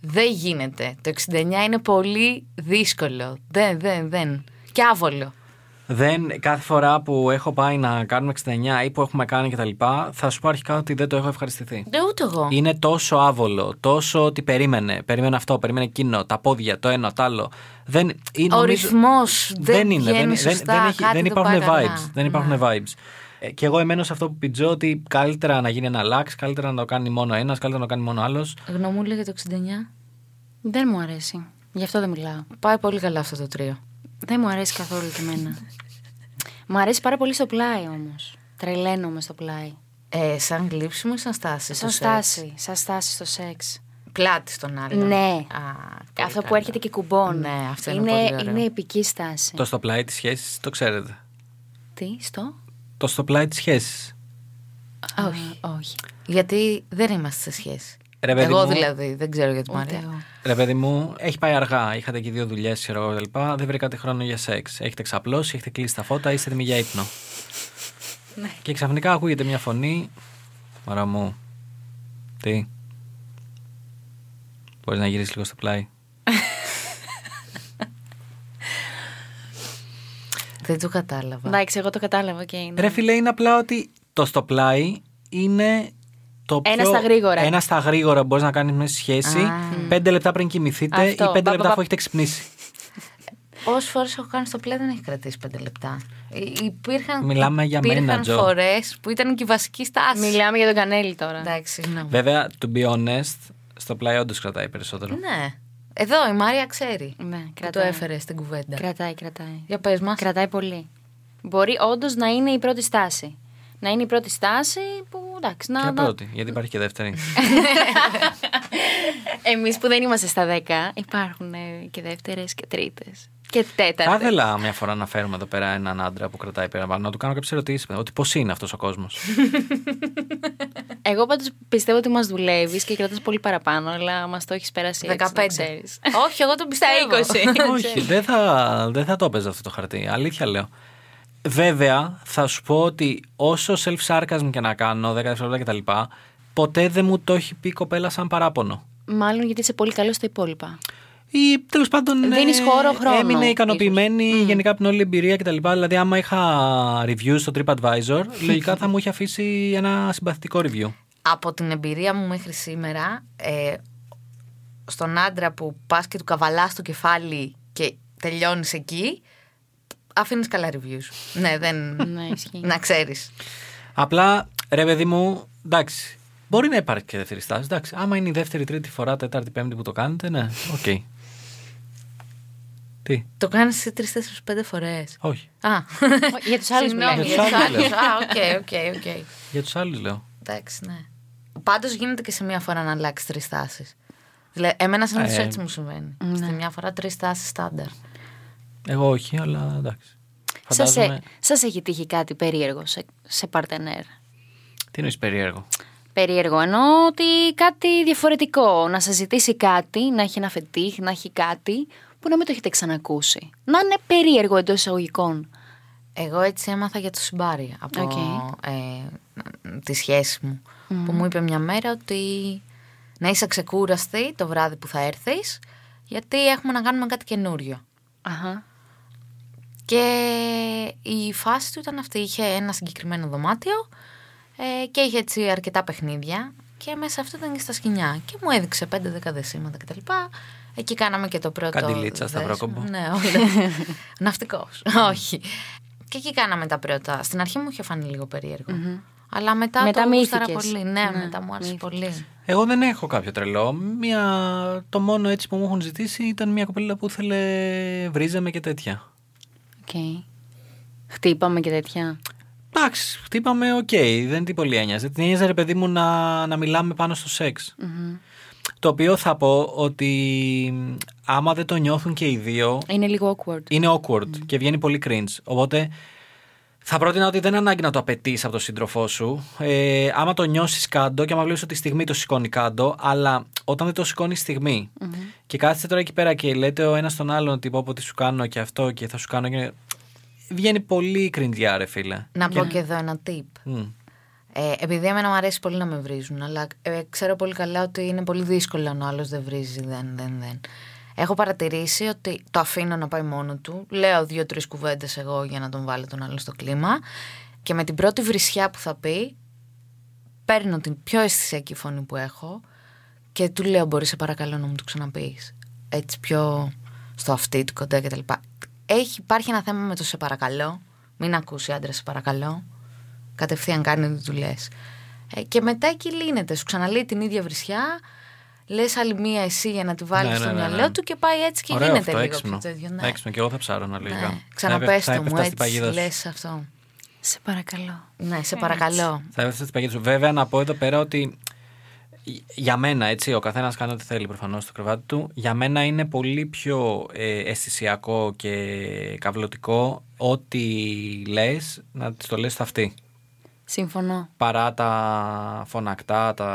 Δεν γίνεται. Το 69 είναι πολύ δύσκολο. Δεν, δεν, δεν. Και άβολο.
Δεν, κάθε φορά που έχω πάει να κάνουμε 69 ή που έχουμε κάνει κτλ., θα σου πω αρχικά ότι δεν το έχω ευχαριστηθεί.
Δεν ούτε εγώ.
Είναι τόσο άβολο, τόσο ότι περίμενε. Περίμενε αυτό, περίμενε εκείνο, τα πόδια, το ένα, το άλλο. Δεν, είναι,
Ο
νομίζω-
ρυθμό
δεν είναι.
βγαίνει
Δεν, δεν,
σωστά,
δεν, έχει-
κάτι
δεν
δεν
υπάρχουν
πάει
vibes.
καλά.
Δεν υπάρχουν vibes. Ε, και εγώ εμένω σε αυτό που πιτζώ ότι καλύτερα να γίνει ένα λάξ, καλύτερα να το κάνει μόνο ένας, καλύτερα να το κάνει μόνο άλλος.
Γνωμούλα για το 69.
Δεν μου αρέσει. Γι' αυτό δεν μιλάω.
Πάει πολύ καλά αυτό το τρίο.
Δεν μου αρέσει καθόλου και εμένα. μου αρέσει πάρα πολύ στο πλάι όμως. Τρελαίνομαι στο πλάι.
Ε, σαν γλύψιμο ή σαν στάση.
Σαν
στο σεξ?
στάση. Σαν στάση στο σεξ.
Πλάτη στον άλλον.
Ναι.
Α, πολύ
αυτό που
καλό.
έρχεται και κουμπών.
Ναι, αυτό είναι
είναι,
πολύ ωραίο.
είναι επική στάση.
Ναι.
Το στο πλάι της σχέσης το ξέρετε.
Τι, στο.
Το στο πλάι της σχέσης.
όχι. όχι.
Γιατί δεν είμαστε σε σχέση.
Ρε, παιδί
εγώ
μου.
δηλαδή δεν ξέρω γιατί μου αρέσει.
εγώ.
Ρε παιδί μου, έχει πάει αργά. Είχατε και δύο δουλειές, ξέρω εγώ κτλ. Δεν βρήκατε χρόνο για σεξ. Έχετε ξαπλώσει, έχετε κλείσει τα φώτα, είστε έτοιμοι για ύπνο.
Ναι.
και ξαφνικά ακούγεται μια φωνή. Μωρά μου. Τι. Μπορείς να γυρίσεις λίγο στο πλάι.
Δεν το κατάλαβα.
Εντάξει, εγώ το κατάλαβα και είναι.
Ρε φίλε, είναι απλά ότι το στο πλάι είναι το πιο...
Ένα στα γρήγορα.
Ένα στα γρήγορα μπορείς να κάνεις μια σχέση. Πέντε λεπτά πριν κοιμηθείτε
Αυτό.
ή πέντε
Πα, πα,
λεπτά
πα.
αφού έχετε ξυπνήσει.
Όσες φορές έχω κάνει στο πλέ δεν έχει κρατήσει πέντε λεπτά. Υ- Υπήρχαν,
Μιλάμε για μένα, Τζο.
φορές που ήταν και η βασική στάση.
Μιλάμε για τον κανέλη τώρα.
Εντάξει, συγγνώμη.
Βέβαια, to be honest, στο πλάι όντως κρατάει περισσότερο.
Ναι. Εδώ η Μάρια ξέρει.
Ναι,
Που Το
κρατάει.
έφερε στην κουβέντα.
Κρατάει, κρατάει.
Για πες μας.
Κρατάει πολύ. Μπορεί όντως να είναι η πρώτη στάση. Να είναι η πρώτη στάση που εντάξει. Να, Ε,
Και πρώτη, γιατί υπάρχει και δεύτερη.
Εμείς που δεν είμαστε στα 10, υπάρχουν ε, και δεύτερες και τρίτες. Και τέταρτες.
Θα ήθελα μια φορά να φέρουμε εδώ πέρα έναν άντρα που κρατάει πέρα να του κάνω κάποιες ερωτήσεις. Ότι πώς είναι αυτός ο κόσμος.
Εγώ πάντως πιστεύω ότι μας δουλεύεις και κρατάς πολύ παραπάνω, αλλά μας το έχεις πέρασει. έτσι,
15.
να ξέρεις.
Όχι, εγώ τον πιστεύω.
Στα 20.
Όχι, δεν θα, δεν θα το έπαιζα αυτό το χαρτί. Αλήθεια λέω. Βέβαια, θα σου πω ότι όσο self-sarcasm και να κάνω, 10 δευτερόλεπτα κτλ., ποτέ δεν μου το έχει πει η κοπέλα σαν παράπονο.
Μάλλον γιατί είσαι πολύ καλός στα υπόλοιπα.
Ή τέλος πάντων.
Ε,
ε,
Δίνεις χώρο, χρόνο,
Έμεινε
ίσως.
ικανοποιημένη γενικά από την όλη εμπειρία κτλ. Δηλαδή, άμα είχα reviews στο TripAdvisor, λογικά θα μου είχε αφήσει ένα συμπαθητικό review.
από την εμπειρία μου μέχρι σήμερα, ε, στον άντρα που πας και του καβαλάς το κεφάλι και τελειώνεις εκεί, αφήνεις καλά reviews. ναι, δεν.
Ναι, ισχύει.
να ξέρεις.
Απλά, ρε παιδί μου, εντάξει. Μπορεί να υπάρχει και δεύτερη στάση. Εντάξει. Άμα είναι η δεύτερη, τρίτη φορά, τέταρτη, πέμπτη που το κάνετε, ναι, οκ. Τι,
Το κάνεις εσύ τρει-τέσσερι-πέντε φορές.
όχι.
Α.
για τους άλλους
Συγγνώμη,
μιλάμε.
για τους
Για τους
άλλους. Α, οκ, οκ, οκ.
Για τους άλλους λέω.
Εντάξει, ναι. Πάντως γίνεται και σε μία φορά να αλλάξει τρεις τάσει. Δηλαδή, εμένα σαν
Ε,
έτσι μου συμβαίνει. Στη μία φορά τρεις τάσει στάνταρ.
Εγώ όχι, αλλά εντάξει.
Σας,
Φαντάζομαι.
ε- σας έχει τύχει κάτι περίεργο σε, σε παρτενέρ.
Τι νοεί περίεργο.
Περίεργο εννοώ ότι κάτι διαφορετικό. Να σας ζητήσει κάτι, να έχει ένα φετίχ, να έχει κάτι που να μην το έχετε ξανακούσει. Να είναι περίεργο εντός εισαγωγικών.
Εγώ έτσι έμαθα για το συμπάρι από
Οκ.
ε, τη σχέση μου. Που μου είπε μια μέρα ότι να είσαι ξεκούραστη το βράδυ που θα έρθεις γιατί έχουμε να κάνουμε κάτι καινούριο.
Αχα.
Και η φάση του ήταν αυτή. Είχε ένα συγκεκριμένο δωμάτιο ε, και είχε έτσι αρκετά παιχνίδια. Και και μέσα αυτό ήταν και στα σκηνιά. Και μου έδειξε 5-10 δεσίματα κτλ. Εκεί κάναμε και το πρώτο.
Καντιλίτσα,
δέσιμο.
σταυρόκομπο.
Ναι, όλα. Ναυτικός. Όχι. Και εκεί κάναμε τα πρώτα. Στην αρχή μου είχε φανεί λίγο περίεργο. Αλλά μετά,
Μετά
το γούσταρα
μύθηκες.
πολύ. Ναι,
Ναι,
μετά μου άρεσε
μύθηκες.
πολύ.
Εγώ δεν έχω κάποιο τρελό. Μια... Το μόνο έτσι που μου έχουν ζητήσει ήταν μια κοπέλα που ήθελε βρίζαμε και τέτοια.
Οκ. Χτύπαμε και τέτοια.
Εντάξει, χτύπαμε, οκ, δεν την πολύ ένοιαζε. Την ένοιαζε, ρε παιδί μου, να, να μιλάμε πάνω στο σεξ.
Μμμ.
Το οποίο θα πω ότι άμα δεν το νιώθουν και οι δύο,
Είναι λίγο awkward.
είναι awkward και βγαίνει πολύ cringe. Οπότε θα πρότεινα ότι δεν είναι ανάγκη να το απαιτείς από τον σύντροφό σου. Ε, άμα το νιώσεις κάτω και άμα βλέπεις ότι τη στιγμή το σηκώνει κάτω, αλλά όταν δεν το σηκώνει στιγμή. Και κάθεστε τώρα εκεί πέρα και λέτε ο ένας τον άλλον ότι πω πω τι σου κάνω και αυτό και θα σου κάνω. Και... Βγαίνει πολύ cringe, ρε φίλε.
Να
Ναι.
πω και εδώ ένα tip.
Μμ.
Ε, επειδή εμένα μου αρέσει πολύ να με βρίζουν, αλλά ε, ξέρω πολύ καλά ότι είναι πολύ δύσκολο αν ο άλλος δεν βρίζει. Δεν, δεν, δεν. Έχω παρατηρήσει ότι το αφήνω να πάει μόνο του. Λέω δύο-τρει κουβέντες εγώ για να τον βάλω τον άλλο στο κλίμα. Και με την πρώτη βρισιά που θα πει, παίρνω την πιο αισθησιακή φωνή που έχω και του λέω: Μπορείς, σε παρακαλώ, να μου το ξαναπείς. Έτσι πιο στο αυτί του κοντά κτλ. Έχει, υπάρχει ένα θέμα με το σε παρακαλώ. Μην ακούσει άντρα, σε παρακαλώ. Κατευθείαν κάνει ό,τι του λες. και μετά εκεί λύνεται. Σου ξαναλέει την ίδια βρισιά. Λες άλλη μία εσύ για να τη βάλεις
Ναι,
στο
ναι, ναι, ναι.
μυαλό του και πάει έτσι και
Ωραίο
γίνεται
αυτό,
λίγο
έξυπνο.
πιο τέτοιο. Ναι.
Έξυπνο, και εγώ θα ψάρω λίγα.
Ναι.
Θα έπεφ- θα
Ξαναπέστε μου
έπεφτα στην
έτσι,
παγίδα σου.
λες αυτό.
Σε παρακαλώ.
Ναι, σε παρακαλώ.
Θα έπεφτε στην παγίδα σου. Βέβαια, να πω εδώ πέρα ότι για μένα, έτσι, ο καθένας κάνει ό,τι θέλει προφανώς στο κρεβάτι του. Για μένα είναι πολύ πιο ε, αισθησιακό και καυλωτικό ό,τι λες να τη το λες στα αυτή.
Συμφωνώ.
Παρά τα φωνακτά, τα.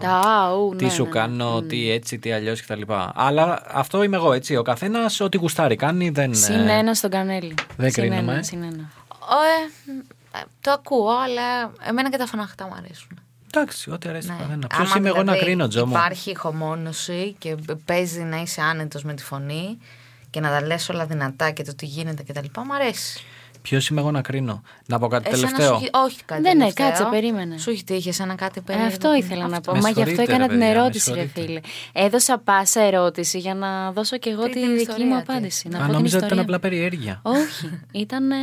Τα αου,
τι
ναι,
σου
ναι, ναι.
κάνω, τι έτσι, τι αλλιώς κτλ. Αλλά αυτό είμαι εγώ, έτσι. Ο καθένας ό,τι γουστάρει κάνει δεν. ε,
Συν ένα στον κανέλη.
Δεν
Συν ένα,
κρίνουμε, ε.
συν ένα.
Ω, ε, ε, το ακούω, αλλά εμένα και τα φωναχτά μου αρέσουν.
Εντάξει, ό,τι αρέσει.
Ναι.
Ναι. Ποιος
Άμα
είμαι εγώ να
δηλαδή
κρίνω, Τζο μου.
Υπάρχει ηχομόνωση και παίζει να είσαι άνετος με τη φωνή και να τα λες όλα δυνατά και το τι γίνεται κτλ. Μ' αρέσει.
Ποιο είμαι εγώ να κρίνω. Να πω κάτι
Εσένα
τελευταίο.
Σου, έχει- όχι κάτι
Δεν, ναι,
τελευταίο.
κάτσε, περίμενε.
Σου έχει τύχει εσένα κάτι
Ε,
περίεργο.
αυτό ήθελα να πω.
Με
Μα γι' αυτό
συγχωρείτε,
έκανα
ρε,
την
παιδιά, με
ερώτηση, ρε
συγχωρείτε.
φίλε. Έδωσα πάσα ερώτηση για να δώσω κι εγώ
Πείτε την
τη δική
ιστορία
μου
της.
απάντηση. Να
Α,
πω την
νόμιζα ότι ήταν
ιστορία.
απλά περιέργεια.
Όχι. Ήταν. ε,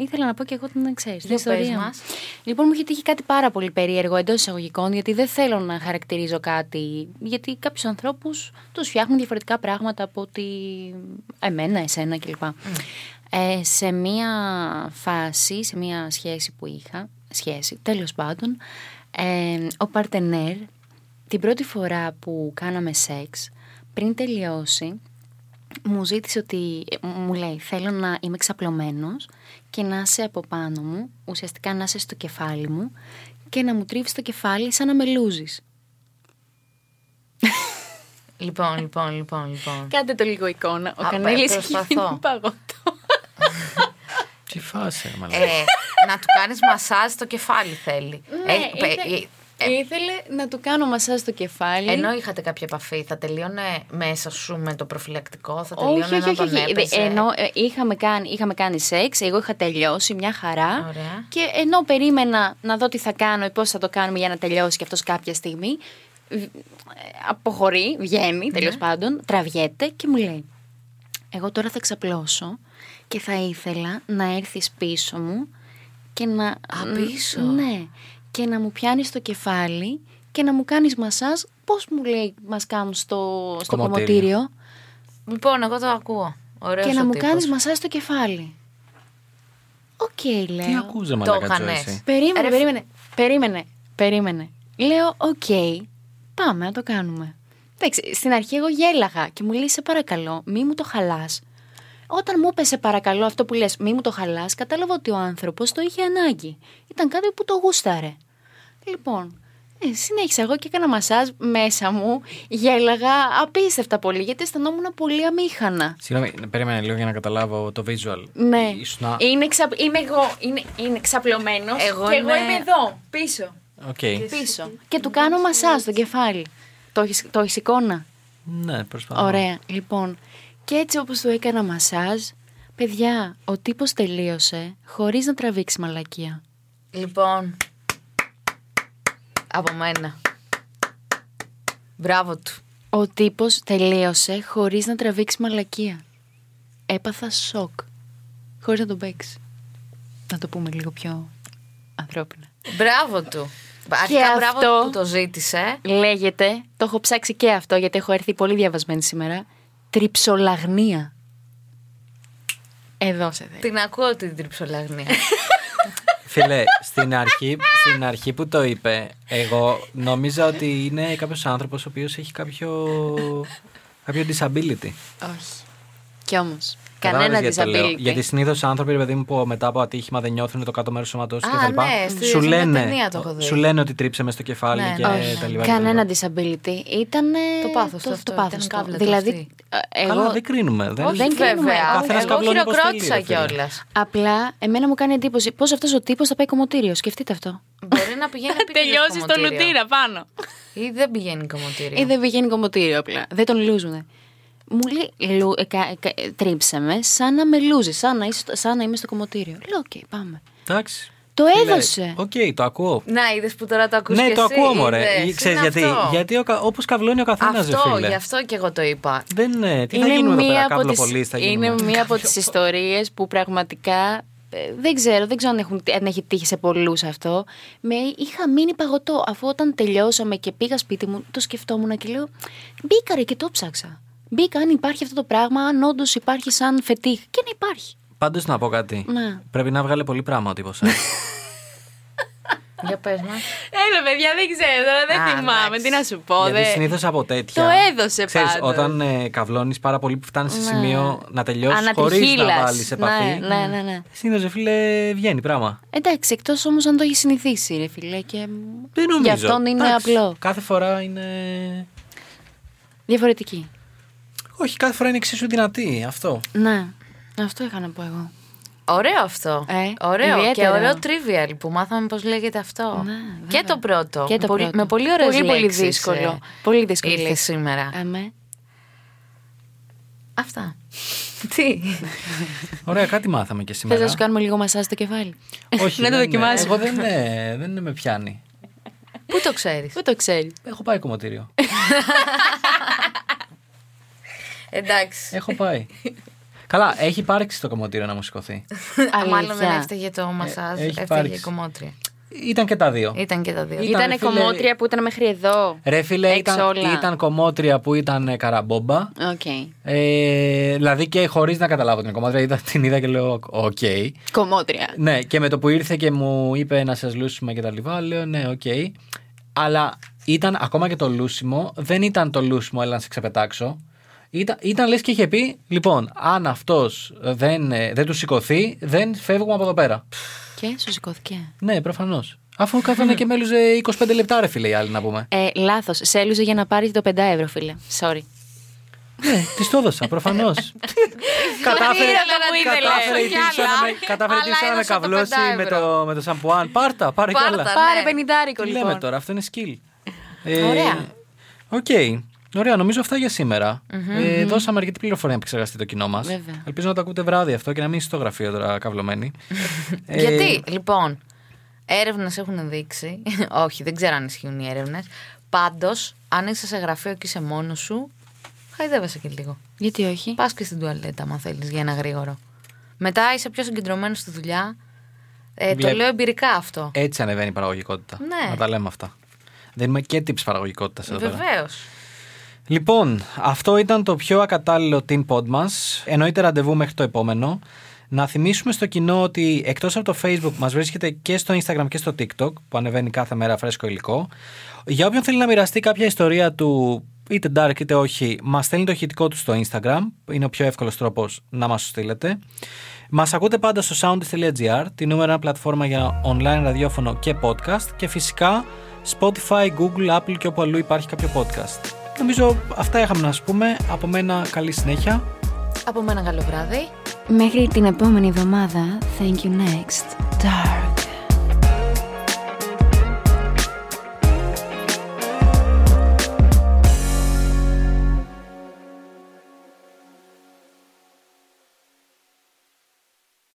ήθελα να πω και εγώ την ξέρεις. Την
Για πες
ιστορία. μου.
μας.
Λοιπόν, μου είχε τύχει κάτι πάρα πολύ περίεργο εντός εισαγωγικών, γιατί δεν θέλω να χαρακτηρίζω κάτι. Γιατί κάποιους ανθρώπους τους φτιάχνουν διαφορετικά πράγματα από ότι εμένα, εσένα κλπ. Ε, σε μία φάση, σε μία σχέση που είχα, σχέση τέλος πάντων, ε, ο παρτενέρ την πρώτη φορά που κάναμε σεξ, πριν τελειώσει, μου ζήτησε ότι, ε, μου λέει, θέλω να είμαι ξαπλωμένος και να είσαι από πάνω μου, ουσιαστικά να είσαι στο κεφάλι μου και να μου τρίβεις το κεφάλι σαν να με λούζεις.
Λοιπόν, λοιπόν, λοιπόν, λοιπόν.
Κάντε το λίγο εικόνα, ο
Α,
Κανέλης
πα-
έχει
προσπαθώ.
γίνει παγωτό.
Τι φάση, ρε μαλάκα.
ε, να του κάνεις μασάζ το κεφάλι θέλει.
Ναι,
Έχει- πε- ε, ε,
ήθελε να του κάνω μασά στο κεφάλι.
Ενώ είχατε κάποια επαφή, θα τελείωνε μέσα σου με το προφυλακτικό, θα τελείωνε
Όχι, όχι,
να
όχι.
τον
όχι.
έπαιζε.
Ενώ ε, είχαμε κάνει, είχαμε κάνει σεξ, εγώ είχα τελειώσει μια χαρά.
Ωραία.
Και ενώ περίμενα να δω τι θα κάνω ή πώς θα το κάνουμε για να τελειώσει και αυτός κάποια στιγμή, β- ε, αποχωρεί,
Ναι.
βγαίνει τέλος πάντων, τραβιέται και μου λέει: Εγώ τώρα θα ξαπλώσω και θα ήθελα να έρθεις πίσω μου και να.
Α, πίσω.
Ναι, και να μου πιάνεις το κεφάλι και να μου κάνεις μασάζ. Πώς μου λέει, μας κάνουν στο, στο
Κομμωτήριο.
κομμωτήριο.
Λοιπόν, εγώ το ακούω. Ωραίος
Και να
ο
μου
τύπος.
κάνεις μασά στο κεφάλι. Οκ, λέω.
Τι ακούζε,
το
μαλάκα, Τζο,
έκανες.
εσύ.
Περίμενε,
Ρε,
περίμενε. Περίμενε, περίμενε. Λέω, οκ, πάμε να το κάνουμε. Εντάξει, στην αρχή εγώ γέλαγα και μου λέει, σε παρακαλώ, μη μου το χαλάς. Όταν μου είπε σε παρακαλώ αυτό που λες μη μου το χαλάς, κατάλαβα ότι ο άνθρωπος το είχε ανάγκη. Ήταν κάτι που το γούσταρε. Λοιπόν, ε, συνέχισα εγώ και έκανα μασάζ μέσα μου. Γέλαγα απίστευτα πολύ, γιατί αισθανόμουν πολύ αμήχανα.
Συγγνώμη, περίμενε λίγο για να καταλάβω το visual.
Ναι.
Ήσουνα- Οκ.
Είναι, ξα... είμαι εγώ. Είναι, είναι ξαπλωμένος.
Εγώ
και
είμαι-
εγώ είμαι εδώ, πίσω. Πίσω. Και του κάνω μασάζ στο κεφάλι. Το έχεις το έχεις εικόνα.
Ναι, προσπαθώ.
Ωραία. Λοιπόν, και έτσι όπως του έκανα μασάζ, παιδιά, ο τύπος τελείωσε χωρίς να τραβήξει μαλακία.
Λοιπόν. Από μένα. Μπράβο του.
Ο τύπος τελείωσε χωρίς να τραβήξει μαλακία. Έπαθα σοκ. Χωρίς να τον παίξεις. Να το πούμε λίγο πιο ανθρώπινα.
Μπράβο του. Αρχικά μπράβο
αυτό-
του που το ζήτησε.
Λέγεται, το έχω ψάξει και αυτό γιατί έχω έρθει πολύ διαβασμένη σήμερα, τριψολαγνία. Εδώ σε θέλει.
Την ακούω την τριψολαγνία.
Ε,
Φίλε, στην αρχή, στην αρχή που το είπε, εγώ νόμιζα ότι είναι κάποιος άνθρωπος ο οποίος έχει κάποιο, κάποιο disability.
Όχι. Κι όμως, κανένας
Κατάλαβες γιατί το λέω.
disability.
Γιατί συνήθως άνθρωποι, ρε παιδί μου, που μετά από ατύχημα δεν νιώθουν το κάτω μέρος του σώματό του
Α,
κτλ.
ναι, στη-
σου,
στην
λένε,
ταινία το έχω δει.
σου λένε ότι τρίψε με στο κεφάλι
Ναι,
και
ναι,
τα
ναι.
λοιπά. και τα λοιπά.
Κανένα disability. Ήταν
Το πάθος του
το,
αυτό,
το πάθος
ήταν
του.
κάβλα του αυτή.
Δηλαδή, ε,
Καλά,
εγώ
δεν κρίνουμε. Δεν,
Όχι, δεν κρίνουμε. Ο καθένας
Εγώ
καβλώνει όπως
χειροκρότησα
θέλει, ρε φίλε.
κιόλας.
απλά εμένα μου κάνει εντύπωση πώς αυτός ο τύπος θα πάει κομμωτήριο. Σκεφτείτε αυτό.
Μπορεί να πηγαίνει
Θα
επίτηδες
τελειώσει στο
κομμωτήριο.
λουτήρα πάνω.
Ή δεν πηγαίνει
Ή
κομμωτήριο.
Ε, δεν πηγαίνει κομμωτήριο απλά. Δεν τον λούζουνε. Μου λέει, λου, ε, κα- ε, κα- ε, τρίψε με σαν να με λούζεις, σαν να, είσαι, σαν να είμαι στο κομμωτήριο. Λέω, οκ, πάμε.
Εντάξει.
Το
Φίλε,
έδωσε.
Οκ, το ακούω.
Να, είδες που τώρα το ακούς
Ναι,
και
το
εσύ,
ακούω, μωρέ.
είδες.
Ξέρεις
Είναι
γιατί.
αυτό.
Γιατί όπως καβλώνει ο καθένας, ρε
Αυτό,
φίλε.
γι' αυτό και εγώ το είπα.
Δεν είναι. Τι θα γίνουμε εδώ πέρα, καβλοπολί, θα
είναι
γίνουμε.
μία από τις ιστορίες που πραγματικά ε, δεν ξέρω, δεν ξέρω αν, έχουν, αν έχει τύχει σε πολλούς αυτό. Με είχα μείνει παγωτό, αφού όταν τελειώσαμε και πήγα σπίτι μου, το σκεφτόμουν και λέω μπήκα ρε και το ψάξα. Μπήκα αν υπάρχει αυτό το πράγμα, αν όντως υπάρχει σαν φετίχ. Και να υπάρχει.
Πάντως να πω κάτι.
Ναι.
Πρέπει να βγάλει πολύ πράγμα ο ε. τύπο.
Για πες μας.
Έλα, παιδιά, δεν ξέρω τώρα,
Ε, δεν Α, θυμάμαι. εντάξει. Τι να
σου
Γιατί συνήθως από τέτοια.
Το έδωσε
ξέρεις,
πάντως.
Όταν ε, καβλώνεις πάρα πολύ που φτάνεις σε σημείο να τελειώσεις χωρίς να
Ανατριχύλας.
βάλει επαφή.
Ναι, ναι, ναι, ναι.
Συνήθως, ρε φίλε, βγαίνει πράγμα.
Εντάξει, εκτός όμως αν το έχεις συνηθίσει, ρε φιλέ. Και...
Δεν νομίζω.
Γι' αυτόν είναι
Εντάξει,
απλό.
Κάθε φορά είναι.
Διαφορετική.
Όχι, κάθε φορά είναι εξίσου δυνατή. Αυτό.
Ναι. Αυτό είχα να πω εγώ.
Ωραίο αυτό.
Ε,
ωραίο.
ιδιαίτερο.
Και ωραίο trivial που μάθαμε πώς λέγεται αυτό.
Ναι,
και
βέβαια.
το πρώτο.
Και το
πολύ,
πρώτο.
Με πολύ ωραίες
Πολύ, πολύ δύσκολο. Πολύ δύσκολη
Ήρθε
λέξη. Ε,
σήμερα.
Αμέ.
Αυτά. Τι.
Ωραία, κάτι μάθαμε και σήμερα.
Θες να σου κάνουμε λίγο μασάζ στο κεφάλι.
Όχι, ναι.
να το
δεν-
δοκιμάσουμε.
Εγώ δεν, ναι, δεν με πιάνει.
Πού το ξέρεις.
Πού το ξέρεις.
Έχω πάει κομμωτήριο.
Εντάξει.
Έχω πάει. Καλά, έχει υπάρξει το κομμωτήριο να μου σηκωθεί.
Α, Μάλλον δεν
Αλήθεια.
έφταιγε το μασάζ.
Ε, έχει
έφταιγε
υπάρξει. Ε,
η κομμότρια.
Ήταν και τα δύο.
Ε,
Ήταν και τα δύο. Λοιπόν,
Ήταν,
Ήταν
φίλε-
κομμότρια που ήταν μέχρι εδώ.
Ρε φίλε,
Έξω
ήταν,
όλα.
ήταν κομμότρια που ήταν ε, καραμπόμπα.
Οκ.
Ε, δηλαδή και χωρίς να καταλάβω την κομμάτια, είδα, την είδα και λέω: Οκ.
Κομμότρια.
Ναι, και με το που ήρθε και μου είπε να σας λούσουμε και τα λοιπά, λέω: Ναι, οκ. Αλλά ήταν ακόμα και το λούσιμο, δεν ήταν το λούσιμο, έλα να σε ξεπετάξω. Ήταν, ήταν λες και είχε πει: Λοιπόν, αν αυτός δεν, ε, δεν του σηκωθεί, δεν φεύγουμε από εδώ πέρα.
Και σου σηκώθηκε.
Ναι, προφανώς. Αφού κάθανε και μέλουζε 25 λεπτά, ρε φίλε, οι άλλοι να πούμε.
Ε, Λάθος. Σέλουζε για να πάρει το 5 ευρώ, φίλε. Sorry.
ναι, της το έδωσα, προφανώς. κατάφερε
Ήθελα να μου ήθελε.
κατάφερε η
Όχι
τύψα να με-
άλλα,
κατάφερε η
αλλά
τύψα να με
έδωσα το
καβλώσει με
πεντάευρο.
το, με το σαμπουάν. Πάρτα, πάρε κι
Πάρτα,
άλλα.
ναι.
Πάρε 50
Τι
λοιπόν.
λέμε τώρα, αυτό είναι skill. Ε,
Ωραία.
Οκ. Ωραία, νομίζω αυτά για σήμερα. Ε, δώσαμε αρκετή πληροφορία να επεξεργαστεί το κοινό μας.
Βέβαια.
Ελπίζω να το ακούτε βράδυ αυτό και να μην είστε στο γραφείο τώρα καυλωμένοι. Ε,
Γιατί, λοιπόν, έρευνες έχουν δείξει. όχι, δεν ξέρω αν ισχύουν οι έρευνες. Πάντως, αν είσαι σε γραφείο και είσαι μόνος σου, χαϊδεύεσαι και λίγο.
Γιατί όχι.
Πας και στην τουαλέτα, αν θέλεις, για ένα γρήγορο. Μετά είσαι πιο συγκεντρωμένος στη δουλειά. Ε, το
Βλέπ-
λέω εμπειρικά αυτό.
Έτσι ανεβαίνει η παραγωγικότητα.
Ναι.
Να τα λέμε αυτά. Δεν είμαι και τύψη παραγωγικότητα Ε, εδώ πέρα.
Βεβαίως.
Λοιπόν, αυτό ήταν το πιο ακατάλληλο Teen Pod μα. Εννοείται ραντεβού μέχρι το επόμενο. Να θυμίσουμε στο κοινό ότι εκτός από το Facebook μας βρίσκεται και στο Instagram και στο TikTok που ανεβαίνει κάθε μέρα φρέσκο υλικό. Για όποιον θέλει να μοιραστεί κάποια ιστορία του είτε dark είτε όχι, μας στέλνει το ηχητικό του στο Instagram. Είναι ο πιο εύκολος τρόπος να μας το στείλετε. Μας ακούτε πάντα στο soundist.gr, τη νούμερα ένα πλατφόρμα για online ραδιόφωνο και podcast και φυσικά Spotify, Google, Apple και όπου αλλού υπάρχει κάποιο podcast. Νομίζω αυτά είχαμε να σας πούμε. Από μένα καλή συνέχεια.
Από μένα καλό βράδυ.
Μέχρι την επόμενη εβδομάδα, thank you next. Dark.